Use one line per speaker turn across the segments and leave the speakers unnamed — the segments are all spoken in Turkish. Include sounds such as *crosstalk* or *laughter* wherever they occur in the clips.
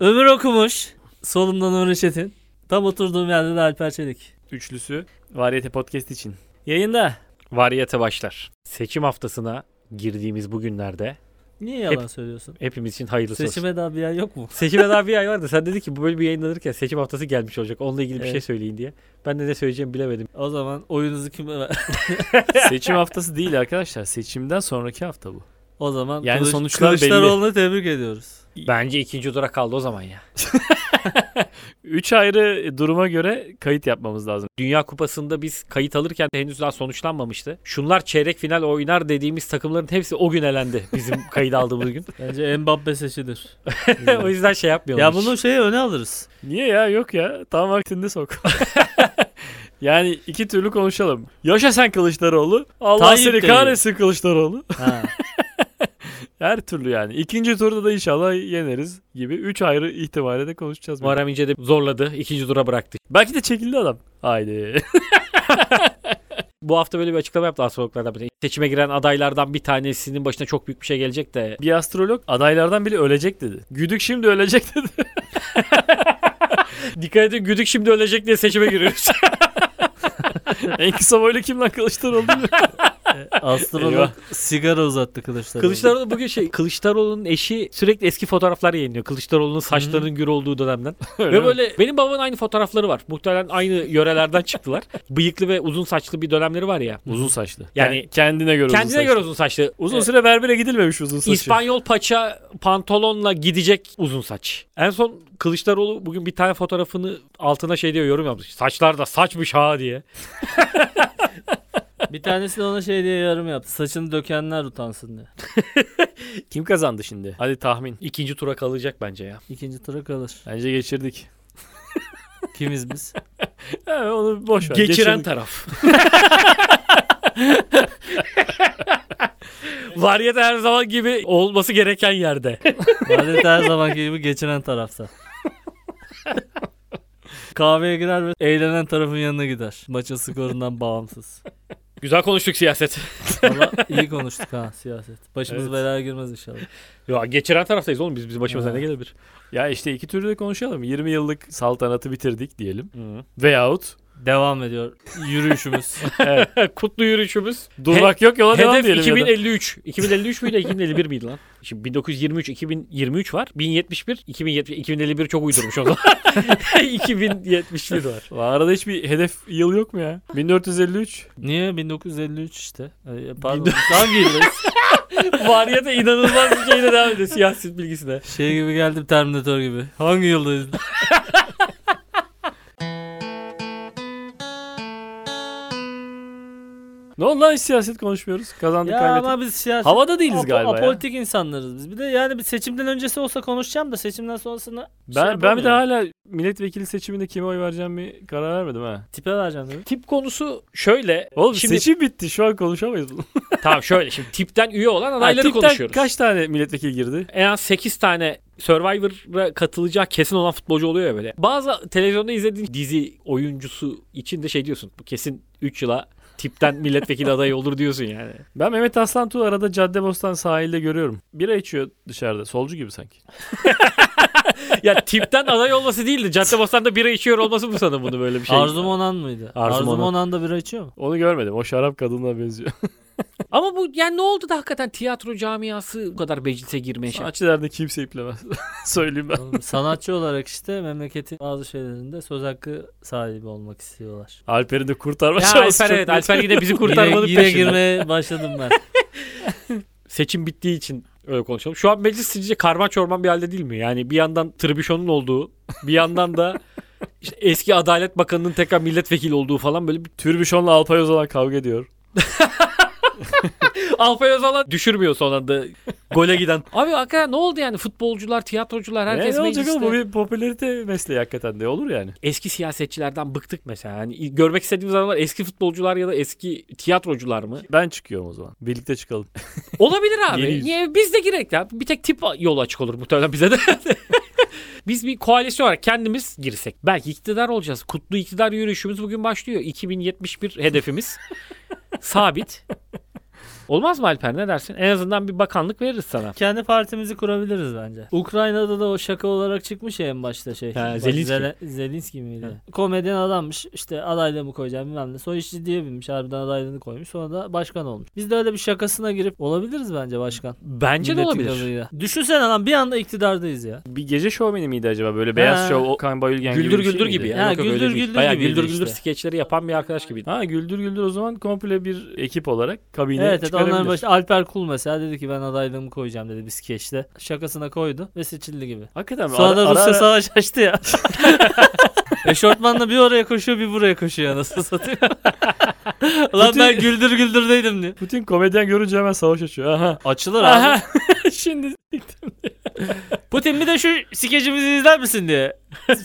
Ömür okumuş. Solumdan Ömür Çetin. Tam oturduğum yerde de Alper Çelik.
Üçlüsü Variyete Podcast için.
Yayında.
Variyete başlar. Seçim haftasına girdiğimiz bugünlerde
Niye yalan söylüyorsun?
hepimiz için hayırlısı olsun.
Seçime daha bir ay yok mu?
Seçime daha bir ay vardı. Sen dedin ki bu bölüm yayınlanırken seçim haftası gelmiş olacak. Onunla ilgili bir
Evet.
şey söyleyin diye. Ben de ne söyleyeceğimi bilemedim.
O zaman oyunuzu kime ver?
*laughs*
*laughs*
Seçim haftası değil arkadaşlar. Seçimden sonraki hafta bu.
O zaman
Yani
Kılıç-
sonuçlar belli.
Kılıçdaroğlu'nu tebrik ediyoruz.
Bence ikinci olarak kaldı o zaman ya.
*laughs* Üç ayrı duruma göre kayıt yapmamız lazım.
Dünya Kupası'nda biz kayıt alırken de henüz daha sonuçlanmamıştı. Şunlar çeyrek final oynar dediğimiz takımların hepsi o gün elendi bizim kayıt aldığımız gün.
Bence Mbappe *laughs* seçilir.
o yüzden şey yapmıyorlar.
ya
hiç.
bunu şeye öne alırız.
Niye ya yok ya. Tam
*laughs*
vaktinde sok. yani iki türlü konuşalım. Yaşa sen Kılıçdaroğlu. Allah
Tayyip
seni
de iyi.
kahretsin Kılıçdaroğlu.
Ha.
Her türlü yani. İkinci turda da inşallah yeneriz gibi. Üç ayrı ihtimale de konuşacağız.
Muharrem İnce de zorladı. ikinci dura bıraktı.
Belki de çekildi adam. Haydi.
*laughs* Bu hafta böyle bir açıklama yaptı astrologlardan biri. Seçime giren adaylardan bir tanesinin başına çok büyük bir şey gelecek de.
Bir astrolog adaylardan biri ölecek dedi. Güdük şimdi ölecek dedi.
*laughs* Dikkat edin güdük şimdi ölecek diye seçime
*laughs*
giriyoruz.
*laughs* en kısa boylu kim lan
*laughs*
Kılıçdaroğlu?
E, Astrolog
Eyvah.
sigara uzattı Kılıçdaroğlu.
Kılıçdaroğlu bugün şey Kılıçdaroğlu'nun eşi sürekli eski fotoğraflar yayınlıyor. Kılıçdaroğlu'nun saçlarının gür olduğu dönemden.
Öyle
Ve
mi?
böyle benim babamın aynı fotoğrafları var. Muhtemelen aynı yörelerden çıktılar. *laughs* Bıyıklı ve uzun saçlı bir dönemleri var ya.
Uzun saçlı.
Yani-
Yani, kendine göre uzun
Kendine
saçlı.
göre uzun saçlı.
Uzun
Ee,
süre berbere gidilmemiş uzun saçı.
İspanyol paça pantolonla gidecek uzun saç. En son Kılıçdaroğlu bugün bir tane fotoğrafını altına şey diyor yorum yapmış. Saçlar da saçmış ha diye.
Bir tanesi de ona şey diye yorum yaptı. Saçını dökenler utansın diye.
Kim kazandı şimdi? Hadi tahmin.
İkinci tura kalacak bence ya.
İkinci tura kalır.
Bence geçirdik.
Kimiz biz?
Ha, onu boş ver.
Geçiren *laughs*
geçirdik.
taraf. Variyet her zaman gibi olması gereken *laughs* yerde.
Adet her zamanki gibi geçinen tarafta. Kahveye girer ve eğlenen tarafın yanına gider. Maçın skorundan bağımsız.
Güzel konuştuk siyaset.
Valla iyi konuştuk ha siyaset. Başımız
Evet.
belaya girmez inşallah.
Ya geçiren taraftayız oğlum biz bizim başımıza
Ha.
ne gelebilir?
Ya işte iki türlü de konuşalım. 20 yıllık saltanatı bitirdik diyelim. Veyahut
Devam ediyor yürüyüşümüz.
*laughs* Kutlu yürüyüşümüz.
durmak yok yola devam
Hedef
diyelim. ya da.
2053. 2053 müydü? 2051 miydi lan? Şimdi 1923, 2023 var. 1071, 2070, 2051 çok uydurmuş o zaman. 2071 var.
Lan Arada hiçbir hedef yıl yok mu ya? 1453.
Niye? 1953 işte. Ay, Pardon. Hangi yıldayız?
Var ya da inanılmaz bir şeyle devam ediyor siyaset bilgisine.
Şey gibi geldim Terminator gibi. Hangi yıldayız?
Ne oldu lan hiç siyaset konuşmuyoruz? Kazandık
ya
kaybettik.
ama biz siyaset
Havada değiliz
Apo-
galiba ya.
Apolitik insanlarız biz. Bir de yani bir seçimden öncesi olsa konuşacağım da seçimden sonrasını şey
Ben, ben bir de
yapamıyorum.
hala milletvekili seçiminde kime oy vereceğimi karar vermedim ha.
tipe vereceğim dedim.
Tip konusu şöyle.
Oğlum
şimdi,
seçim bitti şu
*laughs*
an konuşamayız.
Tamam şöyle şimdi tipten üye olan
Ha,
adayları
tipten
konuşuyoruz.
Kaç tane milletvekili girdi?
en az 8 tane Survivor'a katılacağı kesin olan futbolcu oluyor ya böyle. Bazı televizyonda izlediğin dizi oyuncusu için de şey diyorsun. Bu kesin 3 yıla tipten milletvekili adayı olur diyorsun yani. *laughs*
Ben Mehmet Aslan Tuğ arada Caddebostan sahilde görüyorum. Bira içiyor dışarıda. Solcu gibi sanki.
ya tipten aday olması değildi. Caddebostan'da bira içiyor olması mı sana bunu böyle bir şey?
Arzum Onan mıydı? Arzum,
Arzum Onan.
Onan. da bira içiyor mu?
*laughs* Onu görmedim. O şarap kadınla benziyor.
Şey-
Ama bu yani ne oldu da hakikaten tiyatro camiası bu kadar meclise girmeye şey.
Sanatçılarda kimse iplemez. *laughs* Söyleyeyim ben.
Oğlum, Sanatçı olarak işte memleketin bazı şeylerinde söz hakkı sahibi olmak istiyorlar.
Alper'in de kurtarma
Ya
şansı
Alper
çok
evet
net.
Alper yine bizi
Yine,
kurtarmanın
yine
peşinde.
girmeye başladım ben.
seçim bittiği için öyle konuşalım. Şu an meclis sizce karman çorman bir halde değil mi? Yani bir yandan Tribüşon'un olduğu, bir yandan *laughs* da işte eski Adalet Bakanı'nın tekrar milletvekili olduğu falan böyle bir
Türbüşon'la Alpay Ozalan kavga ediyor.
Alpay Özalan düşürmüyor son anda gole
*laughs*
giden. Abi hakikaten ne oldu yani futbolcular, tiyatrocular herkes
ne olacak
mecliste.
oğlum? Bu bir popülerite mesleği hakikaten de olur yani.
Eski siyasetçilerden bıktık mesela. Yani görmek istediğimiz adamlar eski futbolcular ya da eski tiyatrocular mı?
Ben çıkıyorum o zaman. Birlikte çıkalım.
Olabilir abi.
Yeni yüz.
Niye biz de girek ya? Bir tek tip yolu açık olur muhtemelen bize de. *laughs* biz bir koalisyon olarak kendimiz girsek. Belki iktidar olacağız. Kutlu iktidar yürüyüşümüz bugün başlıyor. 2071 hedefimiz sabit. Olmaz mı Alper ne dersin? En azından bir bakanlık veririz sana.
Kendi partimizi kurabiliriz bence. Ukrayna'da da o şaka olarak çıkmış ya en başta şey.
Ha,
Bak,
Zelinski.
Zele- Zelinski miydi?
Ha.
Komedyen adammış. İşte adaylığımı koyacağım bilmem ne. Sonra işçi diye binmiş. Harbiden adaylığını koymuş. Sonra da başkan olmuş. Biz de öyle bir şakasına girip olabiliriz bence başkan.
Bence de
Milletin
olabilir.
gazıyla. Düşünsene lan bir anda iktidardayız ya.
Bir gece şovmeni miydi acaba? Böyle beyaz
Ha.
şov Okan Bayülgen gibi
Güldür
bir şey
güldür
miydi?
gibi.
Ha,
ya. Yok yok, öyle
güldür
değil.
güldür
Bayağı
gibiydi
güldür güldür
işte.
skeçleri yapan bir arkadaş gibiydi.
Ha güldür güldür o zaman komple bir ekip olarak kabine
evet evet onların
çıkarabilir.
başında Alper Kul mesela dedi ki ben adaylığımı koyacağım dedi bir skeçte. Şakasına koydu ve seçildi gibi.
Hakikaten mi?
Sonra
Ara-
da
ara-
Rusya
ara-
savaş açtı *laughs* ya. Eşortmanla bir oraya koşuyor bir buraya koşuyor anasını *laughs* satayım. Lan ben güldür güldürdeydim diye.
Putin komedyen görünce hemen savaş açıyor. Aha.
Açılır abi.
*laughs* Şimdi
Putin bir de şu skecimizi izler misin diye.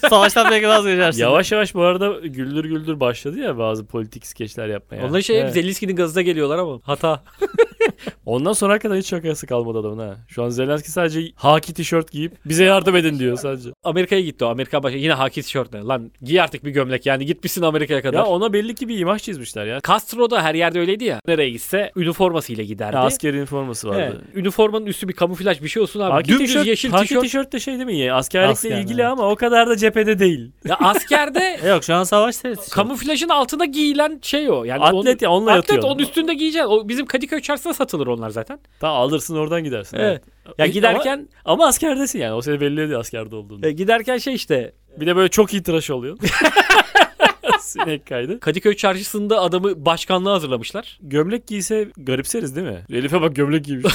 Savaştan belki vazgeçersin.
yavaş yavaş bu arada güldür güldür başladı ya bazı politik skeçler yapmaya.
Onlar şey hep
Evet.
Zelinski'nin gazına geliyorlar ama hata.
Ondan sonra hakikaten hiç şakası kalmadı adamın ha. Şu an Zelenski sadece haki tişört giyip bize yardım edin
*laughs*
diyor sadece.
Amerika'ya gitti o. Amerika başı yine haki tişörtle. Lan giy artık bir gömlek yani gitmişsin Amerika'ya kadar.
Ya ona belli ki bir imaj çizmişler ya.
Castro da her yerde öyleydi ya. Nereye gitse üniformasıyla giderdi.
Ya asker üniforması
Evet.
vardı.
Üniformanın üstü bir kamuflaj bir şey olsun abi.
Haki
Dümdüz
tişört,
yeşil
haki
tişört.
tişört de şey değil mi? ya? Askerlikle
Asker,
ilgili
evet.
ama o kadar da cephede değil.
Ya *laughs* askerde
E Yok şu an savaş seyircisi.
kamuflajın altına giyilen şey o. Yani onun-
Atlet ya onunla
atlet
yatıyor.
onun üstünde giyeceksin. O bizim Kadıköy çarşısında satılır onlar zaten.
Tamam alırsın oradan gidersin.
Evet. Ya giderken
Ama, ama askerdesin yani. O seni belli ediyor askerde olduğunu.
e, giderken şey işte
Bir de böyle çok iyi tıraş oluyorsun. *laughs* Sinek kaydı.
Kadıköy çarşısında adamı başkanlığa hazırlamışlar.
Gömlek giyse garipseriz değil mi? Elif'e bak gömlek giymiş.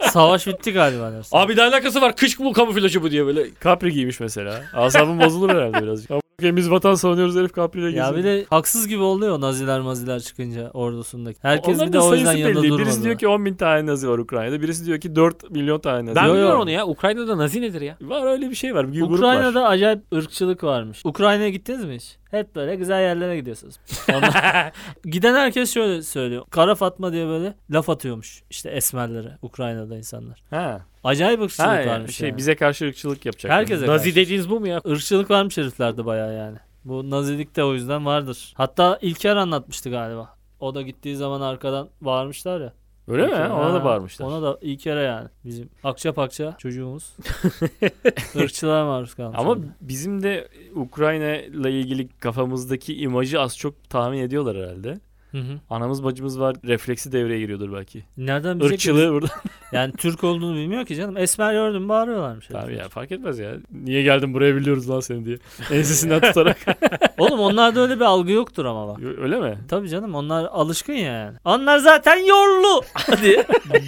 Savaş bitti galiba. dersin.
Abi ne alakası var? Kış bu kamuflajı bu diye böyle.
Capri giymiş mesela. Asabım bozulur herhalde birazcık. Ama bakayım biz vatan savunuyoruz herif Capri'yle geziyor.
Ya bir de haksız gibi oluyor o naziler maziler çıkınca ordusundaki. Herkes
Onların
bir de
da
o yüzden
sayısı
yanında
belli.
durmadı.
Birisi diyor ki 10 bin tane nazi var Ukrayna'da. Birisi diyor ki 4 milyon tane nazi
Ben
var.
Yo, yo.
bilmiyorum onu ya. Ukrayna'da nazi nedir ya?
Var öyle bir şey var. Bir grup var.
Ukrayna'da acayip ırkçılık varmış. Ukrayna'ya gittiniz mi hiç? Hep böyle güzel yerlere gidiyorsunuz.
*laughs*
Ondan- Giden herkes şöyle söylüyor. Kara Fatma diye böyle laf atıyormuş işte esmerlere Ukrayna'da insanlar.
Ha.
Acayip ırkçılık
Ha,
varmış
şey
yani.
bize karşı ırkçılık yapacak.
Herkese
nazi
karşı.
dediğiniz bu mu ya?
Irkçılık varmış heriflerde bayağı yani. Bu nazilik de o yüzden vardır. Hatta İlker anlatmıştı galiba. O da gittiği zaman arkadan bağırmışlar ya.
Öyle mi?
İlker,
Ona da
ha.
bağırmışlar.
Ona da İlker'e yani. Bizim akça pakça
*laughs*
çocuğumuz. Irkçılığa maruz kalmış.
Ama
orada.
bizim de Ukrayna ile ilgili kafamızdaki imajı az çok tahmin ediyorlar herhalde.
Hı hı.
Anamız bacımız var refleksi devreye giriyordur belki.
nereden bilecek ki *laughs*
Irkçılığı burada.
Yani Türk olduğunu bilmiyor ki canım. Esmer gördüm bağırıyorlarmış.
Tabii
herifler.
ya fark etmez ya. Niye geldin buraya biliyoruz lan seni
*laughs*
diye. Ensesinden tutarak.
Oğlum onlarda öyle bir algı yoktur ama bak.
Öyle mi?
Tabii canım onlar alışkın ya yani. Onlar zaten yorlu *laughs* diye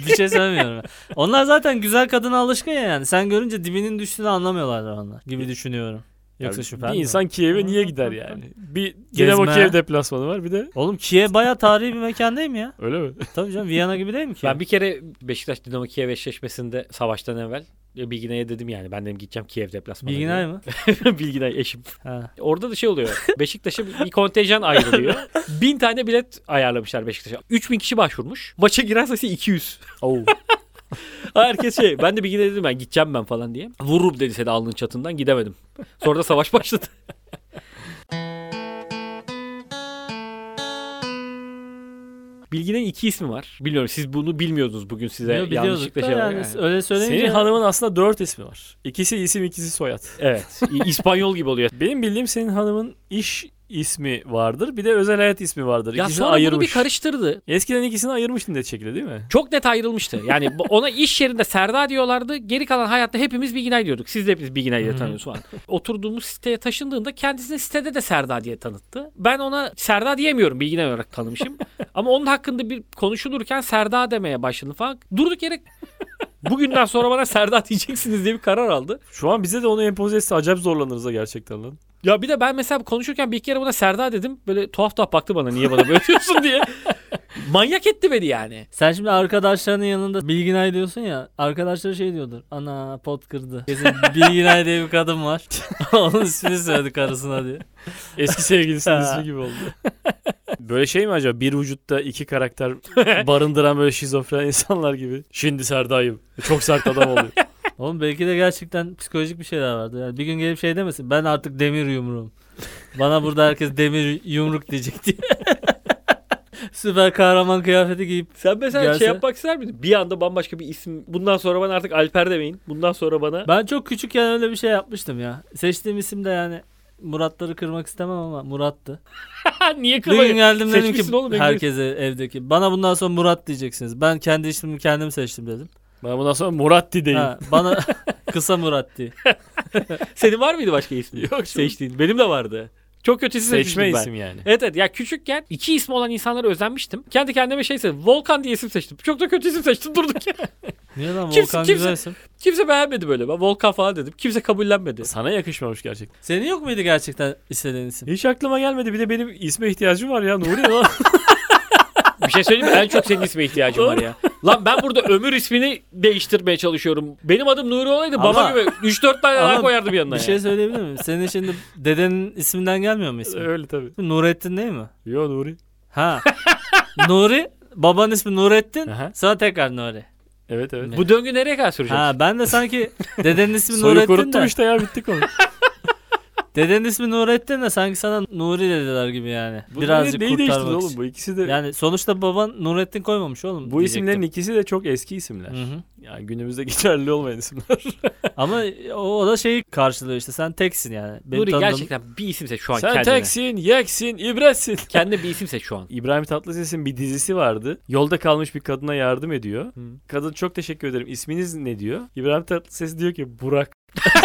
bir şey söylemiyorum. ben. Onlar zaten güzel kadına alışkın ya yani. Sen görünce dibinin düştüğünü anlamıyorlardır onlar gibi düşünüyorum. Yoksa
Yani
şüphen
Bir
mi?
insan Kiev'e niye gider yani? Bir Dinamo
Gezme.
Kiev deplasmanı var bir de
Oğlum Kiev bayağı tarihi bir mekan değil mi ya? *laughs*
öyle mi?
Tabii canım Viyana gibi değil mi ki?
Ben bir kere Beşiktaş Dinamo Kiev eşleşmesinde savaştan evvel e, Bilginay'a dedim yani ben dedim gideceğim Kiev deplasmanına.
Bilginay mı?
diye. *laughs* Bilginay eşim.
Ha.
Orada da şey oluyor. Beşiktaş'a bir kontenjan *laughs* ayrılıyor. Bin tane bilet ayarlamışlar Beşiktaş'a. 3000 kişi başvurmuş. Maça giren sayısı 200. Herkes şey ben de Bilginay'a dedim ben gideceğim ben falan diye. Vururum dedi de alnın çatından gidemedim. Sonra da savaş başladı. *laughs* Bilginay'ın iki ismi var. Biliyorum siz bunu bilmiyordunuz bugün size
Yo, biliyorduk
yanlışlıkla
da
şey
yani,
yani.
öyle söyleyince.
*laughs* Senin hanımın aslında dört ismi var. İkisi isim ikisi soyad.
Evet. İ- İspanyol gibi oluyor.
Benim bildiğim senin hanımın iş ismi vardır. Bir de özel hayat ismi vardır.
Ya
İkisini
sonra bunu bir
ayırmış.
karıştırdı.
Eskiden ikisini ayırmıştın net şekilde değil mi?
Çok net ayrılmıştı. Yani bu- ona iş yerinde Serda diyorlardı. Geri kalan hayatta hepimiz Bilginay diyorduk. Siz de hepiniz Bilginay diye
Hı hı.
tanıyorsunuz falan. Oturduğumuz siteye taşındığında kendisini sitede de Serda diye tanıttı. Ben ona Serda diyemiyorum. Bilginay olarak tanımışım. Ama onun hakkında bir konuşulurken Serda demeye başladı falan. Durduk yere bugünden sonra bana Serda diyeceksiniz diye bir karar aldı.
Şu an bize de onu empoze etse acayip zorlanırız da gerçekten lan.
Ya bir de ben mesela konuşurken bir iki kere buna Serda dedim. Böyle tuhaf tuhaf baktı bana niye bana böyle diyorsun diye. Manyak etti beni yani.
Sen şimdi arkadaşlarının yanında Bilginay diyorsun ya. Arkadaşları şey diyordur. Ana pot kırdı. Kesin Bilginay diye bir kadın var. *laughs* Onun ismini söyledi karısına diye.
*laughs*
Eski sevgilisinin
Ha.
ismi gibi oldu. *laughs* Böyle şey mi acaba? Bir vücutta iki karakter barındıran böyle şizofren insanlar gibi. Şimdi Serda'yım. Çok sert adam oluyor.
Oğlum belki de gerçekten psikolojik bir şeyler vardı. Yani bir gün gelip şey demesin. Ben artık demir yumruğum. Bana burada herkes demir yumruk diyecek diye. *laughs* Süper kahraman kıyafeti giyip
Sen mesela
Gelse-
şey yapmak ister miydin? Bir anda bambaşka bir isim. Bundan sonra bana artık Alper demeyin. Bundan
*laughs*
sonra bana
Ben çok küçükken öyle bir şey yapmıştım ya. Seçtiğim isim de yani Muratları kırmak istemem ama Murat'tı.
niye
Bir gün
kılayım?
geldim dedim
Seçmişsin
ki
oğlum, Engin.
herkese evdeki. Bana bundan sonra Murat diyeceksiniz. Ben kendi ismimi kendim seçtim dedim.
Ben bundan sonra Muratti değil.
Ha, bana *laughs* kısa Murat diye.
Senin var mıydı başka ismi?
Yok canım.
Seçtiğin. Benim de vardı. Çok kötüsü seçmiştim
Seçme
ben.
isim yani.
Evet evet ya küçükken iki ismi olan insanlara özenmiştim. Kendi kendime şey seçtim. Volkan diye isim seçtim. Çok da kötü isim seçtim *laughs* durduk ya.
Niye lan
Kimse-
Volkan
kimse-
güzel isim.
Kimse beğenmedi böyle. Ben Volkan falan dedim. Kimse kabullenmedi.
Sana yakışmamış gerçekten.
Senin yok muydu gerçekten istediğin isim?
Hiç aklıma gelmedi. Bir de benim isme ihtiyacım var ya. Nuri
*laughs*
lan.
Bir şey söyleyeyim mi? En çok senin isme ihtiyacım var ya. Lan ben burada ömür ismini değiştirmeye çalışıyorum. Benim adım Nuri olaydı. Baba
Ama-
gibi 3-4 tane
Ama
daha koyardım yanına.
Bir
ya.
şey söyleyebilir miyim? Senin şimdi dedenin isminden gelmiyor mu ismi?
Öyle tabii.
Nurettin değil mi?
Yo Nuri.
Ha. Nuri. Baban ismi Nurettin.
Aha.
Sonra tekrar Nuri.
Evet evet.
Bu döngü nereye kadar sürecek?
Ha ben de sanki dedenin ismi
Soyu
Nurettin
kuruttum
de.
işte ya
*laughs*
bittik onu.
Dedenin ismi Nurettin de sanki sana Nuri dediler gibi yani.
Bu
Birazcık
neyi değiştirdin
kurtarmak
oğlum
için.
bu ikisi de
Yani sonuçta baban Nurettin koymamış oğlum.
bu isimlerin
diyecektim.
ikisi de çok eski isimler.
Hı hı.
Yani günümüzde *laughs* geçerli olmayan isimler.
Ama o, o da şeyi karşılıyor işte sen teksin yani. Benim
Nuri
tanıdığım-
gerçekten bir isim seç şu an
Sen
kendine.
teksin, yeksin, ibretsin.
Kendine bir isim seç şu an.
İbrahim Tatlıses'in bir dizisi vardı. Yolda kalmış bir kadına yardım ediyor.
Hı.
Kadın çok teşekkür ederim. İsminiz ne diyor? İbrahim Tatlıses diyor ki Burak. *laughs*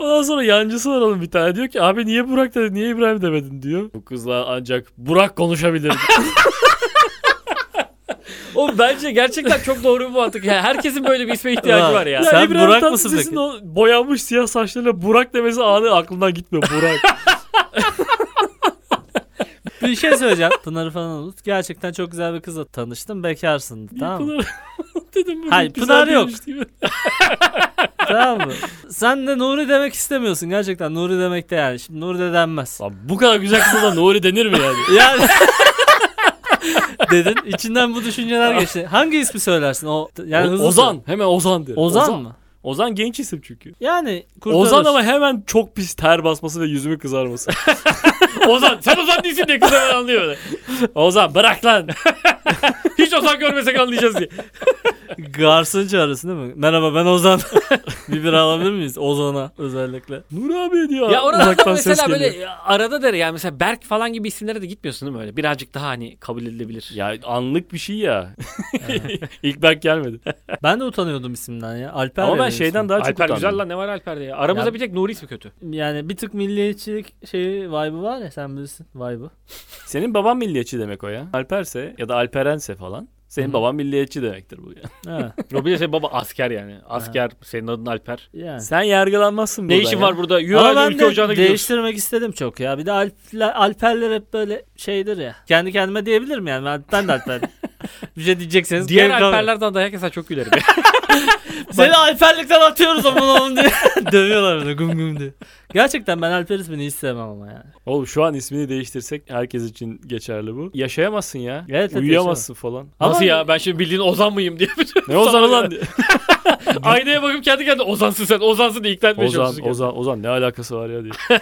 Ondan sonra yancısı var oğlum bir tane diyor ki abi niye Burak dedin niye İbrahim demedin diyor. Bu kızla ancak Burak konuşabilir. *laughs*
O bence gerçekten çok doğru bir mantık. Yani herkesin böyle bir isme ihtiyacı
Ulan,
var ya.
sen- Burak mısın
Tatlıses'in
peki?
o boyanmış siyah saçlarıyla Burak demesi anı aklımdan gitmiyor Burak.
Bir şey söyleyeceğim. *laughs* Pınar'ı falan unut. Gerçekten çok güzel bir kızla tanıştım. Bekarsın *laughs* tamam mı?
Pınar. *laughs* Dedim bugün
Hayır,
güzel
Pınar yok.
değilmiş gibi.
tamam mı? Sen de Nuri demek istemiyorsun gerçekten. Nuri demek de yani. Şimdi Nuri de denmez.
Lan bu kadar güzel kıza da Nuri denir mi *laughs* yani?
Yani *laughs* dedin. içinden bu düşünceler geçti. Hangi ismi söylersin? O yani
O-
hızlı
Ozan. Hemen Ozan derim.
söyle. Ozan, mı?
Ozan genç isim çünkü.
Yani kurtarır.
Ozan ama hemen çok pis ter basması ve yüzümü *laughs* kızarması.
Ozan sen Ozan değilsin diye kız hemen anlıyor.
Ozan bırak *laughs* lan.
Hiç Ozan görmesek anlayacağız diye.
Garsın çağırırsın değil mi? Merhaba ben Ozan. *laughs* bir bir alabilir miyiz? Ozan'a özellikle.
Nuri abi diyor.
Ya oralarda
uzaktan ses
mesela
geliyor.
böyle arada der yani mesela Berk falan gibi isimlere de gitmiyorsun değil mi öyle? Birazcık daha hani kabul edilebilir.
Ya anlık bir şey *laughs* ya. İlk ben gelmedi.
Ben de utanıyordum isimden ya. Alper
Ama ben
veriyorsun.
şeyden daha çok
Alper
utandım.
güzel lan ne var Alper'de ya? Aramızda
Ya-
bir tek Nuri ismi kötü.
yani bir tık milliyetçilik şeyi vibe'ı var ya sen bilirsin vibe'ı.
Senin baban milliyetçi demek o ya. Alperse ya da Alperense falan. Senin
Hı.
baban milliyetçi demektir bu ya.
*laughs* Ha,
Robin senin şey baba asker yani. Asker senin adın Alper.
yani.
Sen yargılanmazsın
Ne
burada
işin
ya.
var burada?
Ama
Yuvarlı
ben
ülke ocağına
de
gidiyorsun.
değiştirmek istedim çok ya. Bir de Alpler, Alperler hep böyle şeydir ya. Kendi kendime diyebilirim yani. Ben, ben de *laughs* Alper. bir şey diyecekseniz.
Diğer
geri kalın.
Alperlerden dayak yesen çok gülerim.
Seni Alperlikten atıyoruz aman oğlum diye. *laughs* Dövüyorlar böyle güm güm diye. Gerçekten ben Alper ismini hiç sevmem ama yani.
Oğlum şu an ismini değiştirsek herkes için geçerli bu. Yaşayamazsın ya.
Evet, evet,
Uyuyamazsın falan.
Ama-
Nasıl ya ben şimdi bildiğin Ozan mıyım diye.
*laughs* Ne Ozan'ı lan?
Aynaya bakıp kendi kendine Ozan'sın sen Ozan'sın diye ikna etmeye
Ozan,
çalışıyorsun. kendini.
Ozan, Ozan ne alakası var ya diye. *laughs*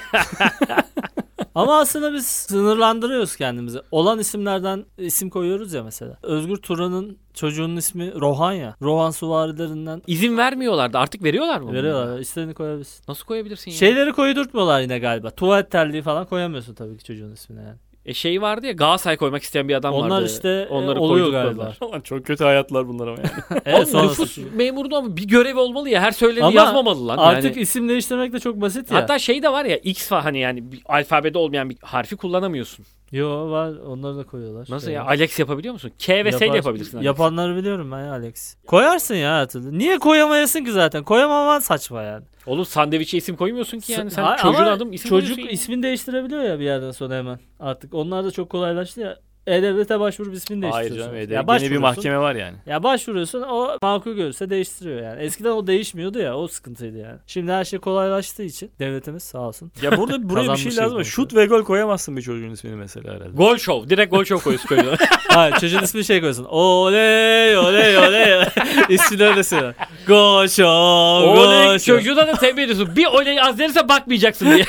Ama aslında biz sınırlandırıyoruz kendimizi. Olan isimlerden isim koyuyoruz ya mesela. Özgür Turan'ın çocuğunun ismi Rohan ya. Rohan Suvarilerinden
İzin vermiyorlardı artık veriyorlar mı? bunu?
veriyorlar. Şey- İstediğini koyabilirsin.
Nasıl koyabilirsin ya?
Şeyleri koydurtmuyorlar yine galiba. Tuvalet terliği falan koyamıyorsun tabii ki çocuğun ismine yani.
E şey vardı ya Galatasaray koymak isteyen bir adam
Onlar
vardı.
işte, e,
Onları
oluyor
koydurtmadılar.
galiba.
Lan çok kötü hayatlar bunlar *laughs* ama yani.
Evet,
Oğlum,
sonrası.
nüfus memurunu ama bir görev olmalı ya. Her söylediğini
Ama
yazmamalı lan.
Artık
yani.
isim değiştirmek de çok basit ya.
Hatta şey de var ya X fa hani yani bir alfabede olmayan bir harfi kullanamıyorsun.
Yo var onları da koyuyorlar.
Nasıl
Şöyle.
ya? Alex yapabiliyor musun? K ve S
Yapar-
ile yapabilirsin. Alex.
Yapanları biliyorum ben ya Alex. Koyarsın ya her türlü. Niye koyamayasın ki zaten? Koyamaman saçma yani.
Oğlum sandviçe isim koymuyorsun ki yani. Sen
Ha-
çocuğun
ama
adım isim
Çocuk
koyuyorsun ya.
ismini değiştirebiliyor ya bir yerden sonra hemen. Artık onlar da çok kolaylaştı ya. E-Devlet'e başvurup ismini
Hayır
değiştiriyorsun.
canım.
Ya
EDV yeni bir
başvuruyorsun.
mahkeme var yani.
Ya başvuruyorsun o makul görürse değiştiriyor yani. Eskiden o değişmiyordu ya o sıkıntıydı yani. Şimdi her şey kolaylaştığı için devletimiz sağ olsun.
Ya burada buraya bir
Kazanmış
şey
şey
lazım.
bu.
Şut ve gol koyamazsın bir çocuğun ismini mesela herhalde.
Gol show. Direkt gol show
*laughs*
koyuyorsun çocuğa.
*laughs* Hayır çocuğun ismini şey koyuyorsun. Oley oley *laughs* oley. İsmini öylesin. Goşo
Oley
goşo.
çocuğuna da tembih ediyorsun. Bir oley az verirse bakmayacaksın diye.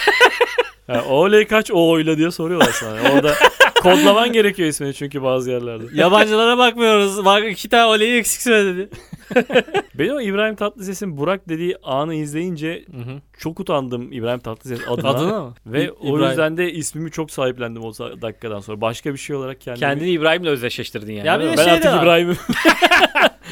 Ha, oley kaç o oyla diye soruyorlar sana. *laughs* Orada kodlaman gerekiyor ismini çünkü bazı yerlerde.
Yabancılara bakmıyoruz. Bak iki tane oleyi eksik söyledi.
Benim o İbrahim Tatlıses'in Burak dediği anı izleyince çok utandım İbrahim Tatlıses adına.
Adına mı?
Ve
İ-
o
İbrahim.
yüzden de ismimi çok sahiplendim o sa- dakikadan sonra. Başka bir şey olarak
*laughs*
kendimi...
Kendini İbrahim'le özdeşleştirdin yani.
Ya bir
değil mi?
de
ben
şey de
artık
var. *laughs*
İbrahim'im.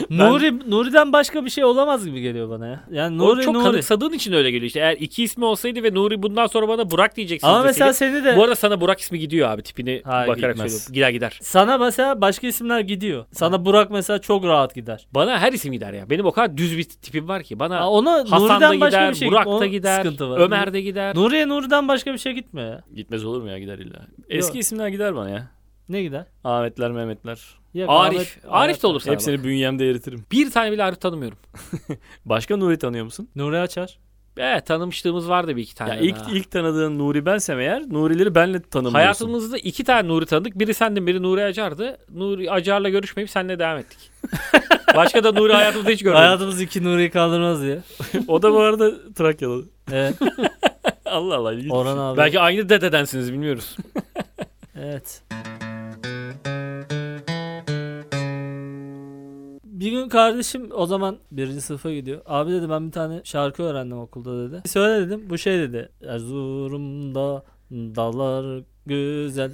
Nuri, Nuri'den başka bir şey olamaz gibi geliyor bana ya. Yani
O
Nuri
çok
Nuri.
kanıksadığın için öyle geliyor işte. Eğer iki ismi olsaydı ve Nuri bundan sonra bana Burak diyeceksin.
Ama
deseydi-
mesela seni de
şey Bu arada sana Burak ismi gidiyor abi tipini
Hayır,
bakarak
gitmez.
söylüyorum. Gider gider.
sana mesela başka isimler gidiyor. Sana Burak mesela çok rahat gider.
Bana her isim gider ya. Benim o kadar düz bir tipim var ki. Bana
Ha, ona
Hasan da
Nuri'den başka
gider,
bir şey
Burak
onun
da gider,
sıkıntı var.
Ömer de gider.
Nuri'ye Nuri'den başka bir şey gitmiyor ya.
Gitmez olur mu ya gider illa. Eski
Yok.
isimler gider bana ya.
Ne gider?
Ahmetler, Mehmetler.
Ya
Arif. Arif, de olur sana.
Hepsini bünyemde eritirim.
bak. Bir tane bile Arif tanımıyorum.
Başka Nuri tanıyor musun?
Nuri Açar.
Evet E, tanımışlığımız vardı bir iki tane.
Ya ilk
daha.
ilk tanıdığın Nuri bensem eğer Nurileri benle tanımlıyorsun.
Hayatımızda iki tane Nuri tanıdık. Biri sendin biri Nuri Acar'dı. Nuri Acar'la görüşmeyip seninle devam *laughs* ettik. Başka da Nuri hayatımızda hiç görmedim.
Hayatımız iki Nuri'yi kaldırmaz diye.
*laughs* o da bu arada Trakyalı.
Evet.
Allah Allah
*laughs*
ilginç.
Orhan abi.
Belki aynı dededensiniz *laughs* bilmiyoruz.
Evet. Bir gün kardeşim o zaman birinci sınıfa gidiyor. Abi dedi ben bir tane şarkı öğrendim okulda dedi. Söyle dedim. Bu şey dedi. Erzurum'da dağlar güzel.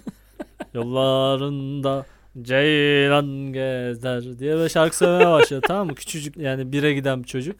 Yollarında ceylan gezer diye böyle şarkı söylemeye başladı tamam mı? Küçücük yani bire giden bir çocuk.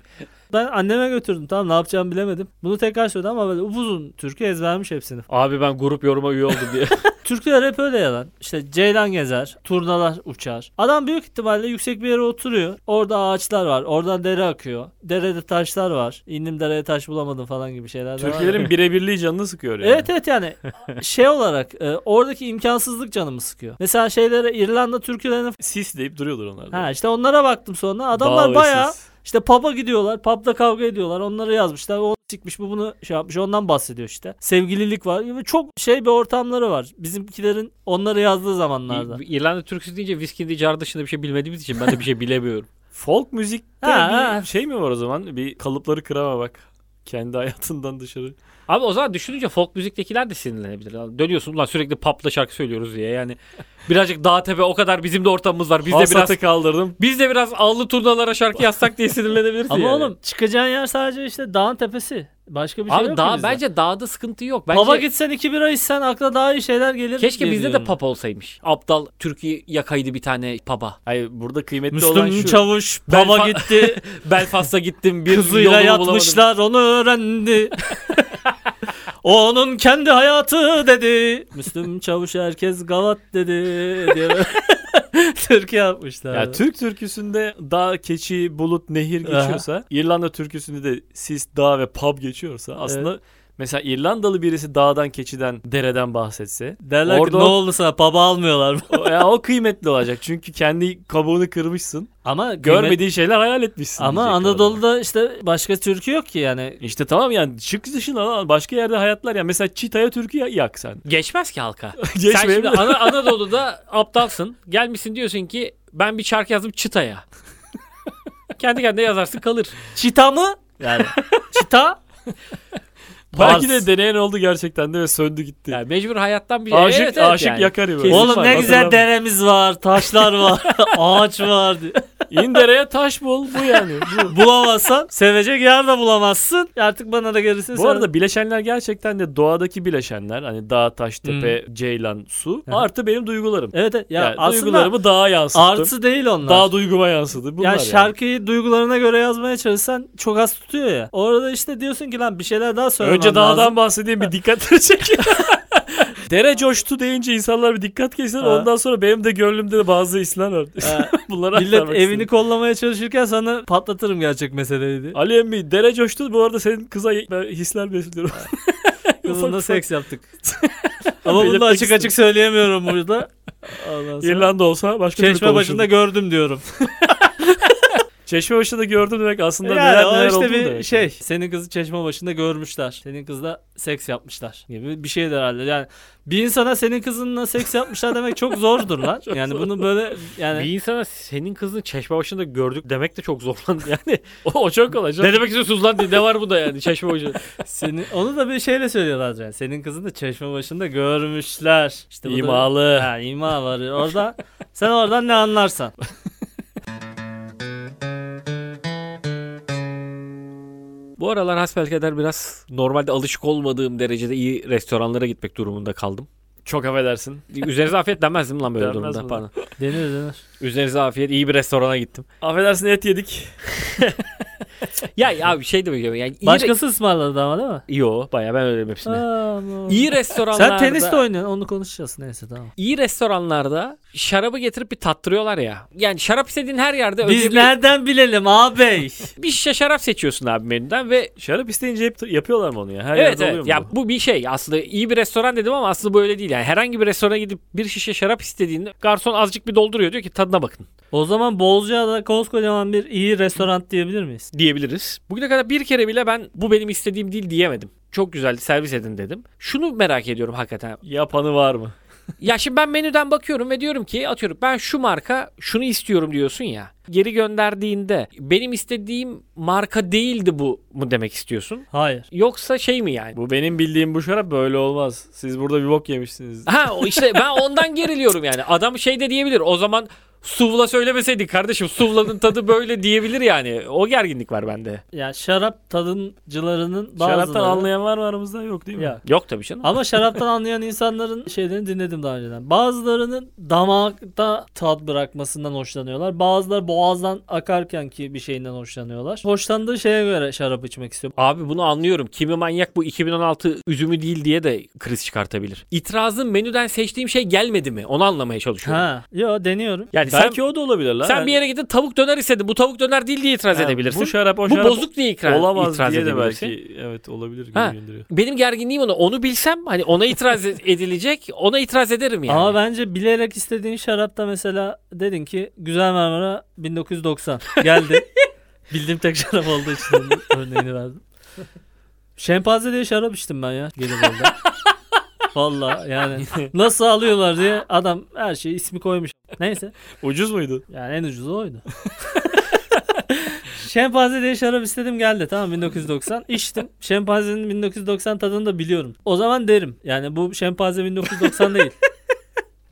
Ben anneme götürdüm tamam ne yapacağımı bilemedim. Bunu tekrar söyledi ama böyle upuzun türkü ezbermiş hepsini.
Abi ben grup yoruma üye oldum diye.
Türkler hep öyle yalan. İşte ceylan gezer, turnalar uçar. Adam büyük ihtimalle yüksek bir yere oturuyor. Orada ağaçlar var, oradan dere akıyor. Derede taşlar var. İndim dereye taş bulamadım falan gibi şeyler de var.
*laughs* Türklerin birebirliği canını sıkıyor yani.
*laughs* Evet evet yani şey olarak e, oradaki imkansızlık canımı sıkıyor. Mesela şeylere İrlanda türkülerine
Sis deyip duruyordur onlar. da.
Ha işte onlara baktım sonra. Adamlar
Dağ ve
bayağı
sis.
işte pub'a gidiyorlar. Pub'da kavga ediyorlar. Onları yazmışlar. O çıkmış bu bunu şey yapmış. Ondan bahsediyor işte. Sevgililik var. gibi Çok şey bir ortamları var. Bizimkilerin onları yazdığı zamanlarda.
İ- İrlanda Türküsü deyince viskindi car dışında bir şey bilmediğimiz için ben de bir şey *laughs* bilemiyorum.
Folk müzikte
Ha,
bir
ha.
şey mi var o zaman? Bir kalıpları kırama bak. Kendi *laughs* hayatından dışarı.
Abi o zaman düşününce folk müziktekiler de sinirlenebilir. Lan Dönüyorsun ulan sürekli popla şarkı söylüyoruz diye. Yani birazcık dağ tepe o kadar bizim de ortamımız var. Biz de biraz
Hasat'ı kaldırdım.
biz de biraz allı turnalara şarkı yazsak diye sinirlenebilirsin
Ama
yani.
oğlum çıkacağın yer sadece işte dağın tepesi. Başka bir şey
Abi
yok
dağ
ki bizde.
bence dağda sıkıntı yok. Bence
Pub'a gitsen iki bira içsen akla daha iyi şeyler gelir.
keşke
diye
bizde de
diyorum.
pub olsaymış. Aptal Türkiye yakaydı bir tane pub'a.
Hayır burada kıymetli olan
Müslüm
şu.
Çavuş
Ben
pub'a
fa- *laughs*
gitti.
Belfast'a gittim
*laughs*
bir
Kızıyla
yolunu
yatmışlar onu *laughs* öğrendi. Onun kendi hayatı dedi. Müslüm Çavuş herkes gavat dedi. *laughs* diye. Türkiye yapmışlar.
Ya Türk türküsünde dağ, keçi, bulut, nehir
Aha.
geçiyorsa, İrlanda türküsünde de sis, dağ ve pub geçiyorsa aslında mesela İrlandalı birisi dağdan, keçiden, dereden bahsetse
Derler
Orada-
ki ne oldu sana pub'a almıyorlar mı?
o, ya o kıymetli olacak. Çünkü kendi kabuğunu kırmışsın.
*laughs* Ama görmedi.
Görmediği şeyler hayal etmişsin.
Ama
diyecek adam.
Anadolu'da işte başka türkü yok ki yani.
işte tamam yani çık dışına lan, başka yerde hayatlar ya. Mesela Çita'ya türkü ya- yak sen.
Geçmez ki halka. Sen
*laughs* Geçmeyebilir.
şimdi Ana- Anadolu'da aptalsın. Gelmişsin diyorsun ki ben bir şarkı yazdım çıtaya. *laughs* Kendi kendine yazarsın kalır.
Çita mı? Yani *laughs* çita
Belki de
Bars.
deneyen oldu gerçekten de ve söndü gitti.
Yani mecbur hayattan bir şey.
aşık
Evet, evet
aşık
yani.
yakar ya böyle.
Kesin
Oğlum ne
var,
güzel deremiz var, taşlar *laughs* var, ağaç var. diyor.
İn dereye taş bul bu
*laughs*
yani. Bu.
Bulamazsan sevecek yer de bulamazsın. Artık bana da gerisini
Bu
sen-
arada bileşenler gerçekten de doğadaki bileşenler. Hani dağ, taş, tepe,
Hmm.
ceylan, su.
Aha.
Artı benim duygularım.
Evet, evet. ya
yani
aslında
duygularımı dağa yansıttım.
artı değil onlar.
Dağ duyguma yansıdı. Bunlar
ya
yani.
şarkıyı duygularına göre yazmaya çalışsan çok az tutuyor ya. Orada işte diyorsun ki lan bir şeyler daha söylemem
Önce dağdan
lazım.
bahsedeyim bir
*laughs*
dikkatleri çekin. *laughs* Dere coştu deyince insanlar bir dikkat kesin.
Ha.
Ondan sonra benim de gönlümde de bazı hisler var.
Ha.
*laughs* Bunları
Millet
aktarmak
evini
istedim.
kollamaya çalışırken sana patlatırım gerçek meseleydi.
Ali emmi dere coştu. Bu arada senin kıza ben hisler besliyorum.
Kızınla
ufak.
seks
*laughs*
yaptık. Ama bunu da
Belirtmek
açık açık söyleyemiyorum burada. Ondan sonra-
İrlanda olsa başka türlü
Çeşme başında
konuşurduk.
gördüm diyorum.
Çeşme başında gördüm demek aslında neler
Yani o
neler
işte
olduğunu
bir
demek. *laughs*
şey. Senin kızı çeşme başında görmüşler. Senin kızla seks yapmışlar gibi bir şeydir herhalde. Yani bir insana senin kızınla seks yapmışlar demek çok zordur
*laughs*
lan. Yani bunu böyle yani
Bir insana senin kızını çeşme başında gördük demek de çok zorlandı yani.
*laughs* O, o çok kolay. canım.
ne demek istiyorsunuz lan diye. ne var bu da yani çeşme başında.
senin onu da bir şeyle söylüyorlar yani. Senin kızını da çeşme başında görmüşler. İşte bu da-
İmalı.
Ha, ima var. Orada sen oradan ne anlarsan.
Bu aralar hasbelkader biraz normalde alışık olmadığım derecede iyi restoranlara gitmek durumunda kaldım.
Çok affedersin.
*laughs* Üzerinize afiyet denmezdim lan böyle
Denmez
durumda.
mi?
Pardon.
Denir denir.
Üzerinize afiyet iyi bir restorana gittim.
Affedersin et yedik.
Ya ya bir şey demek istiyorum. Yani iyi re-
Başkası ısmarladı ama değil mi?
Yo bayağı ben öyle hepsini.
Aman.
İyi restoranlarda.
Sen tenis de oynuyorsun onu konuşacağız neyse tamam.
İyi restoranlarda şarabı getirip bir tattırıyorlar ya. Yani şarap istediğin her yerde önce
Biz
bir,
nereden bilelim ağabey?
bir şişe şarap seçiyorsun abi menüden ve
Şarap isteyince hep yapıyorlar mı onu ya? Her
evet
yerde
evet.
oluyor mu
Ya
bu?
bu bir şey. Aslında iyi bir restoran dedim ama aslında bu öyle değil. Yani herhangi bir restorana gidip bir şişe şarap istediğinde garson azıcık bir dolduruyor diyor ki tadına bakın
o zaman Bozcaada koskocaman bir iyi restoran diyebilir miyiz?
diyebiliriz. Bugüne kadar bir kere bile ben bu benim istediğim değil diyemedim. Çok güzeldi servis edin dedim. Şunu merak ediyorum hakikaten.
Yapanı var mı?
Ya şimdi ben menüden bakıyorum ve diyorum ki atıyorum ben şu marka şunu istiyorum diyorsun ya. Geri gönderdiğinde benim istediğim marka değildi bu mu demek istiyorsun?
Hayır.
Yoksa şey mi yani?
Bu benim bildiğim bu şarap böyle olmaz. Siz burada bir bok yemişsiniz.
Ha o işte ben ondan geriliyorum yani. Adam şey de diyebilir. O zaman suvla söylemeseydik kardeşim suvlanın tadı böyle diyebilir yani. O gerginlik var bende.
Ya şarap tadıncılarının bazıları.
Şaraptan anlayan var mı aramızda? Yok değil mi?
Ya.
Yok tabii canım.
Ama şaraptan anlayan insanların şeylerini dinledim daha önceden. Bazılarının damakta tat bırakmasından hoşlanıyorlar. Bazıları boğazdan akarken ki bir şeyinden hoşlanıyorlar. Hoşlandığı şeye göre şarap içmek istiyor.
Abi bunu anlıyorum. Kimi manyak bu 2016 üzümü değil diye de kriz çıkartabilir. İtirazın menüden seçtiğim şey gelmedi mi? Onu anlamaya çalışıyorum.
Ha. Yo deniyorum.
Yani sen
Belki o da olabilir lan.
Sen bir yere gidin tavuk döner istedin. Bu tavuk döner değil diye itiraz
Yani
edebilirsin.
Bu
Bu,
şarap o şarap
bozuk diye ikra-
olamaz
itiraz
diye de
edebilirsin.
belki. Evet olabilir gibi
Ha.
gönderiyor.
Benim gerginliğim ona. Onu bilsem hani ona itiraz ed- edilecek. Ona itiraz ederim yani.
Ama bence bilerek istediğin şarapta mesela dedin ki Güzel Marmara 1990 geldi. Bildiğim tek şarap olduğu için onun örneğini verdim. Şempanze diye şarap içtim ben ya gelip orada. Valla yani nasıl alıyorlar diye adam her şeyi ismi koymuş. Neyse
Ucuz muydu?
yani en ucuzu oydu. Şempanze diye şarap istedim geldi tamam 1990 içtim. Şempanzenin 1990 tadını da biliyorum. O zaman derim yani bu şempanze 1990 değil.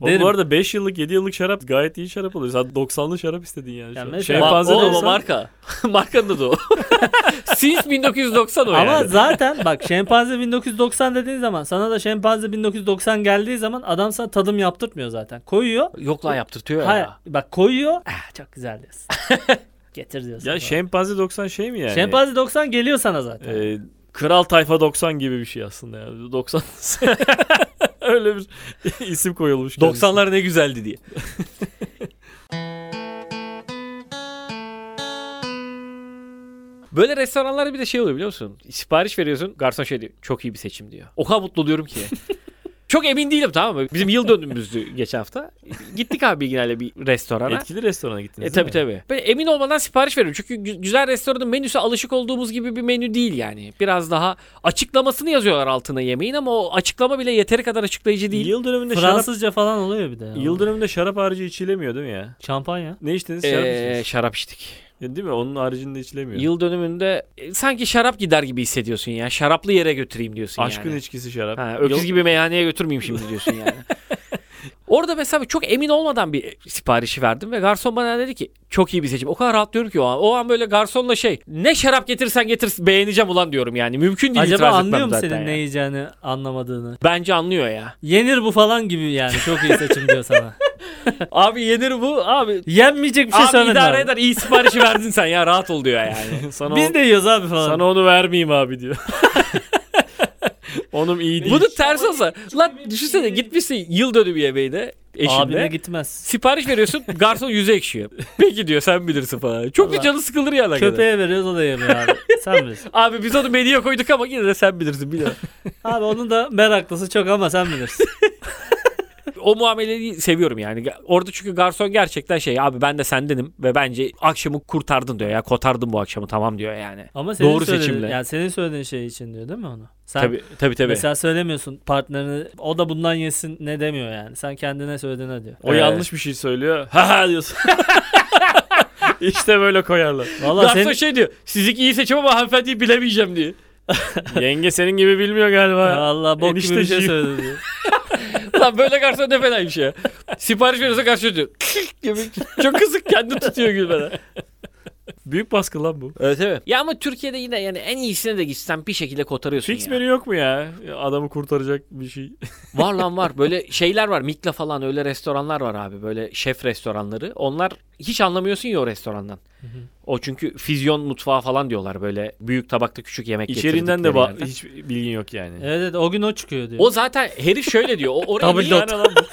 Oğlum
Derim.
Bu arada 5 yıllık 7 yıllık şarap gayet iyi şarap oluyor. Sen 90'lı şarap istedin yani.
Ya
şu an.
mesela-
Şempanze de
Oğlum, o
olsa-
marka. *laughs* Markanın adı o. Since 1990 o
Ama
yani.
zaten
*laughs*
bak şempanze 1990 dediğin zaman sana da şempanze 1990 geldiği zaman adam sana tadım yaptırtmıyor zaten. Koyuyor.
Yok lan yaptırtıyor
Hayır,
ya.
bak koyuyor. "Ah, çok güzel
*laughs*
diyorsun. Getir diyorsun.
Ya
falan.
şempanze 90 şey mi yani?
Şempanze 90 geliyor sana zaten.
Ee, Kral Tayfa 90 gibi bir şey aslında yani. 90 *laughs* öyle bir isim koyulmuş. kendisine.
90'lar ne güzeldi diye. *laughs* Böyle restoranlarda bir de şey oluyor biliyor musun? Sipariş veriyorsun garson şey diyor. Çok iyi bir seçim diyor. O kadar mutlu oluyorum ki. Çok emin değilim tamam mı? Bizim yıl dönümümüzdü geçen hafta. Gittik abi Bilginay'la bir restorana.
Etkili restorana gittiniz.
E tabi
değil mi?
tabi. Böyle emin olmadan sipariş veriyorum. Çünkü gü- güzel restoranın menüsü alışık olduğumuz gibi bir menü değil yani. Biraz daha açıklamasını yazıyorlar altına yemeğin ama o açıklama bile yeteri kadar açıklayıcı değil.
Yıl döneminde
Fransızca falan oluyor bir de. ya.
şarap yıl döneminde şarap harici içilemiyor değil mi ya?
Şampanya.
Ne içtiniz? Şarap
Ee,
içtiniz.
şarap içtik.
Ya Değil mi? Onun haricinde içilemiyor.
Yıl dönümünde e, sanki şarap gider gibi hissediyorsun ya. Şaraplı yere götüreyim diyorsun
Aşkın
yani.
içkisi şarap.
Ha, öküz
Yıl-
gibi meyhaneye götürmeyeyim şimdi diyorsun yani. Orada mesela çok emin olmadan bir siparişi verdim ve garson bana dedi ki çok iyi bir seçim. O kadar rahatlıyorum ki o an. O an böyle garsonla şey ne şarap getirsen getir beğeneceğim ulan diyorum yani. Mümkün değil
Acaba
itiraz etmem
anlıyor mu
zaten
senin
ya.
ne yiyeceğini anlamadığını?
Bence anlıyor ya.
Yenir bu falan gibi yani. Çok iyi seçim diyor
*laughs*
sana.
abi yenir bu abi.
Yenmeyecek bir şey
abi
söylemedi.
idare
abi.
eder iyi siparişi verdin sen ya rahat ol diyor yani.
*laughs* sana,
Biz
o-
de yiyoruz abi falan.
sana onu vermeyeyim
*laughs*
abi diyor. Onun iyi değil.
Bunu ters olsa lan düşünsene gitmişsin yıl dönümü yemeğine eşinle.
Abine gitmez.
Sipariş veriyorsun garson yüzü ekşiyor. *laughs* Peki diyor sen bilirsin falan. Çok bir
Vallahi.
canı sıkılır ya ana kadar.
Köpeğe veriyoruz o da yemiyor abi.
*laughs*
Sen bilirsin.
Abi biz onu menüye koyduk ama yine de sen bilirsin bir daha.
Abi onun da meraklısı çok ama sen bilirsin.
*laughs* O muameleyi seviyorum yani. Orada çünkü garson gerçekten şey abi ben de sendenim ve bence akşamı kurtardın diyor ya kotardın bu akşamı tamam diyor yani.
Ama senin
Doğru
söylediğin-
seçimle.
Yani senin söylediğin şey için diyor değil mi onu? Sen
Tabii tabii tabii.
mesela söylemiyorsun partnerine o da bundan yesin ne demiyor yani. Sen kendine söylediğine
*laughs*
diyor.
O
Ee.
yanlış bir şey söylüyor. Ha ha diyorsun. *laughs* işte böyle koyarlar.
Valla
Garson
senin,
şey diyor sizinki iyi seçim ama hanımefendiyi bilemeyeceğim diyor.
*laughs* Yenge senin gibi bilmiyor galiba.
valla bok gibi bir şey
Enişteciyim.
söyledi diyor.
Lan böyle garson ne fenaymış ya. Sipariş veriyorsa karşı diyor. *laughs* gibi. Çok kızık kendi tutuyor gülmeden.
Büyük baskı lan bu.
Evet evet. Ya ama Türkiye'de yine yani en iyisine de gitsen bir şekilde kotarıyorsun
Fix
ya.
menü yok mu ya? Adamı kurtaracak bir şey.
Var lan var. Böyle şeyler var. Mikla falan öyle restoranlar var abi. Böyle şef restoranları. Onlar hiç anlamıyorsun ya o restorandan. O çünkü füzyon mutfağı falan diyorlar böyle büyük tabakta küçük yemek
İçeriğinden de
getirdikleri
ba-
yerden.
hiç bilgin yok yani.
Evet evet o gün o çıkıyor diyor.
O zaten herif şöyle diyor. O
*laughs*
oraya
Double
niye-
dot.
*laughs*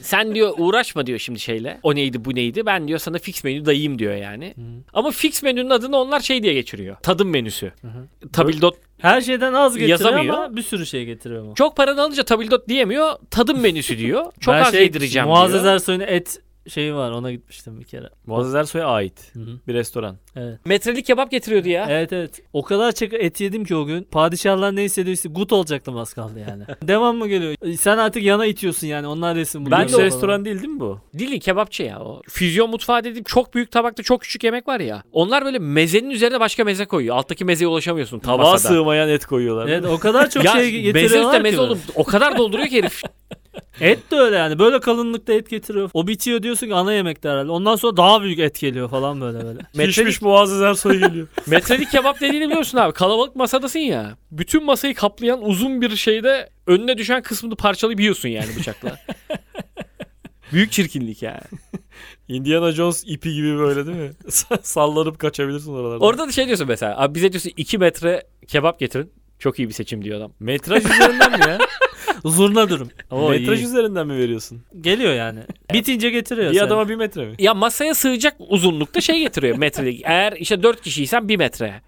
Sen diyor uğraşma diyor şimdi şeyle. O neydi bu neydi? Ben diyor sana fix menü dayayım diyor yani. Ama fix menünün adını onlar şey diye geçiriyor. Tadım menüsü. Tabildot.
Her şeyden az getiriyor
Yazamıyor.
ama bir sürü şey getiriyor ama.
Çok paranı alınca tabildot diyemiyor. Tadım
*laughs*
menüsü diyor. Çok
Ben
az
şey,
yedireceğim
Muazzez
diyor.
Ersoy'un et şeyi var ona gitmiştim bir kere.
Muazzez Ersoy'a ait
Hı hı.
bir restoran.
Evet.
Metrelik kebap getiriyordu ya.
evet evet. O kadar çok et yedim ki o gün. Padişahlar ne hissediyorsa gut olacaktım az kaldı yani. Devam mı geliyor? E, Sen artık yana itiyorsun yani onlar desin.
Ben
de
restoran değil değil mi bu?
Dili kebapçı ya o. Füzyon mutfağı dediğim çok büyük tabakta çok küçük yemek var ya. Onlar böyle mezenin üzerine başka meze koyuyor. Alttaki mezeye ulaşamıyorsun
Tabağa
tabağa sığ.
sığmayan et koyuyorlar.
Evet o kadar
*laughs*
çok
Ya
şey
meze üstte
getiriyorlar
meze
ki.
oğlum. O kadar dolduruyor
*laughs*
ki herif.
Et de öyle yani. Böyle kalınlıkta et getiriyor. O bitiyor diyorsun ki ana yemekte herhalde. Ondan sonra daha büyük et geliyor falan böyle böyle.
Metrelik,
Pişmiş
*laughs*
Muazzez Ersoy geliyor.
metrelik kebap dediğini biliyor musun abi? Kalabalık masadasın ya. Bütün masayı kaplayan uzun bir şeyde önüne düşen kısmını parçalayıp yiyorsun yani
*laughs*
bıçakla. büyük çirkinlik yani.
Indiana Jones ipi gibi böyle değil mi? *laughs* Sallanıp kaçabilirsin oralardan.
Orada da şey diyorsun mesela. Abi bize diyorsun 2 metre kebap getirin. Çok iyi bir seçim diyor adam.
Metraj *laughs* üzerinden mi ya?
Zurna durum. *laughs* Oo,
Metraj
iyi.
üzerinden mi veriyorsun?
Geliyor yani. Bitince getiriyor.
Bir
sana.
adama bir metre mi?
Ya masaya sığacak uzunlukta şey getiriyor
*laughs*
metrelik. Eğer işte 4 kişiysen 1 metre.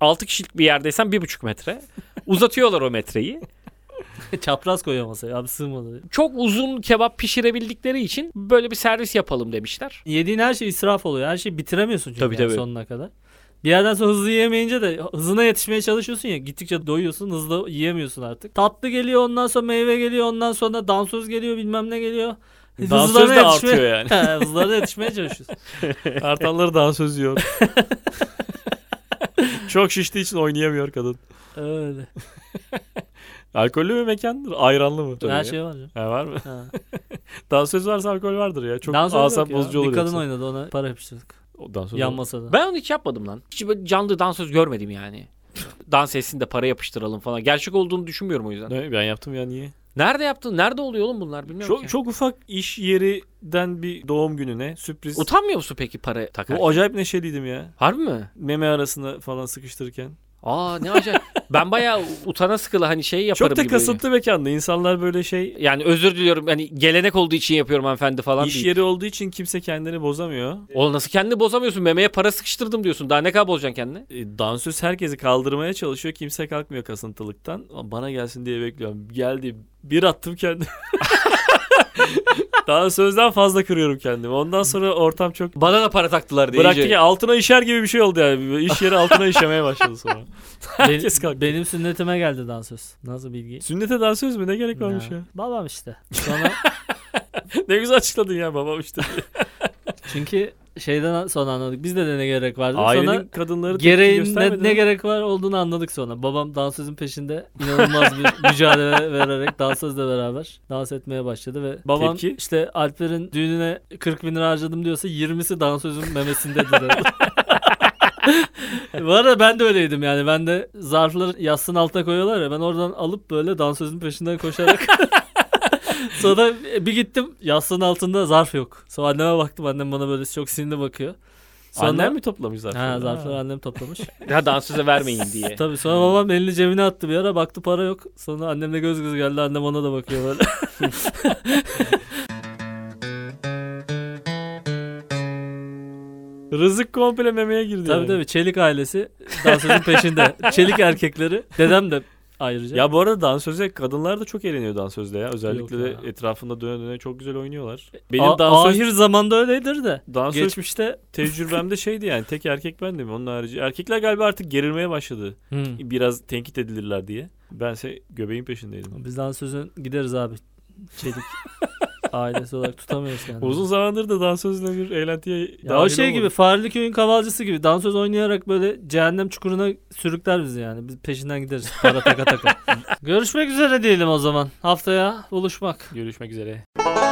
6 kişilik bir yerdeysen 1,5 metre. Uzatıyorlar o metreyi.
*laughs* çapraz koyuyor masaya. Abi sığmadı.
Çok uzun kebap pişirebildikleri için böyle bir servis yapalım demişler.
Yediğin her şey israf oluyor. Her şeyi bitiremiyorsun çünkü
Tabii,
yani
tabii.
sonuna kadar. Bir yerden sonra hızlı yiyemeyince de hızına yetişmeye çalışıyorsun ya. Gittikçe doyuyorsun. Hızlı yiyemiyorsun artık. Tatlı geliyor ondan sonra meyve geliyor ondan sonra dansöz geliyor bilmem ne geliyor.
E, Dansöz
Hızlarına
de
yetişmeye-
artıyor
*laughs*
yani.
He, Hızlarına yetişmeye çalışıyorsun.
Artanları
*laughs*
dansöz yiyor. Çok şiştiği için oynayamıyor kadın.
Öyle.
Alkollü mü mekandır? Ayranlı mı?
Her şey var. canım.
Ha, var mı?
*laughs* Ha.
Dansöz varsa alkol vardır ya. Çok
Dansöz yok
asap
ya.
bozucu olur.
Bir kadın
yoksa.
oynadı ona para yapıştırdık.
O Dansöz
Yan
olur.
masada.
Ben onu hiç yapmadım lan. Hiç böyle canlı dansöz görmedim yani. *laughs* Dans etsin de para yapıştıralım falan. Gerçek olduğunu düşünmüyorum o yüzden.
Ne, ben yaptım ya niye?
Nerede yaptın? Nerede oluyor oğlum bunlar bilmiyorum
Çok,
ki.
çok ufak iş yerinden bir doğum gününe sürpriz.
Utanmıyor musun peki para takar?
Bu acayip neşeliydim ya.
Harbi mi?
Meme arasına falan sıkıştırırken.
Aa ne
*laughs*
acayip. ben bayağı utana sıkıla hani şey yaparım
Çok da
gibi.
kasıtlı mekanda. İnsanlar böyle şey
Yani özür diliyorum hani gelenek olduğu için yapıyorum hanımefendi falan
iş
değil.
yeri olduğu için kimse kendini bozamıyor.
Oğlum nasıl kendini bozamıyorsun? Memeye para sıkıştırdım diyorsun. Daha ne kadar bozacaksın kendini?
E, Dansöz herkesi kaldırmaya çalışıyor. Kimse kalkmıyor kasıntılıktan. Ama Bana gelsin diye bekliyorum. Geldi. Bir attım *laughs* kendimi. Dansözden fazla kırıyorum kendimi. Ondan sonra ortam çok
Bana da para taktılar diye.
Bıraktık
iyice-
ya altına işer gibi bir şey oldu yani. Böyle İş yeri altına işemeye
*laughs*
başladı sonra. Herkes
benim,
kalktı.
benim sünnetime geldi dansöz. Nasıl bilgi?
Sünnete dansöz mü? Ne gerek varmış
Ya,
ya? *laughs*
Babam işte. Sonra
Ne güzel açıkladın ya babam işte.
çünkü şeyden sonra anladık. Bizde de ne gerek vardı.
Ailenin
sonra
kadınları
gereğin
gereğin
ne, ne gerek var olduğunu anladık sonra. Babam dansözün peşinde inanılmaz
*laughs*
bir mücadele vererek dansözle beraber dans etmeye başladı ve babam
Tepki?
işte Alper'in düğününe 40 bin lira harcadım diyorsa 20'si dansözün memesinde
*laughs*
dedi. Bu arada ben de öyleydim yani. Ben de zarfları yastığın altına koyuyorlar ya. Ben oradan alıp böyle dansözün peşinden
*laughs*
koşarak Sonra bir gittim yastığın altında zarf yok. Sonra anneme baktım annem bana böyle çok sinirli bakıyor. Sonra-
Annem mi toplamış zarfları?
Ha zarfları annem *laughs* toplamış.
Ha dansöze vermeyin *laughs* diye.
Tabii sonra babam elini cebine attı bir ara baktı para yok. Sonra annemle göz göz geldi annem ona da bakıyor böyle.
Rızık komple memeye girdi
*laughs* tabii
yani.
tabii Çelik ailesi *laughs* dansözün peşinde. Çelik erkekleri dedem de ayrıca.
Ya bu arada dansöze kadınlar da çok eğleniyor dansözde ya. Özellikle
Yok
de
ya.
etrafında döne döne çok güzel oynuyorlar.
benim
Benim dansöz,
ahir zamanda öyledir de.
dansöz
Geçmişte *laughs*
tecrübemde şeydi yani tek erkek bendim. Onun harici erkekler galiba artık gerilmeye başladı.
Hmm.
Biraz tenkit edilirler diye. Bense göbeğin peşindeydim.
biz dansözün gideriz abi. *laughs* Çelik ailesi olarak tutamıyoruz yani.
Uzun zamandır da dansözle bir eğlentiye
Ya
dahil
o şey gibi
olmadım.
Fareli Köy'ün kavalcısı gibi dansöz oynayarak böyle cehennem çukuruna sürükler bizi yani. Biz peşinden gideriz para taka taka. Görüşmek üzere diyelim o zaman. Haftaya buluşmak.
Görüşmek üzere.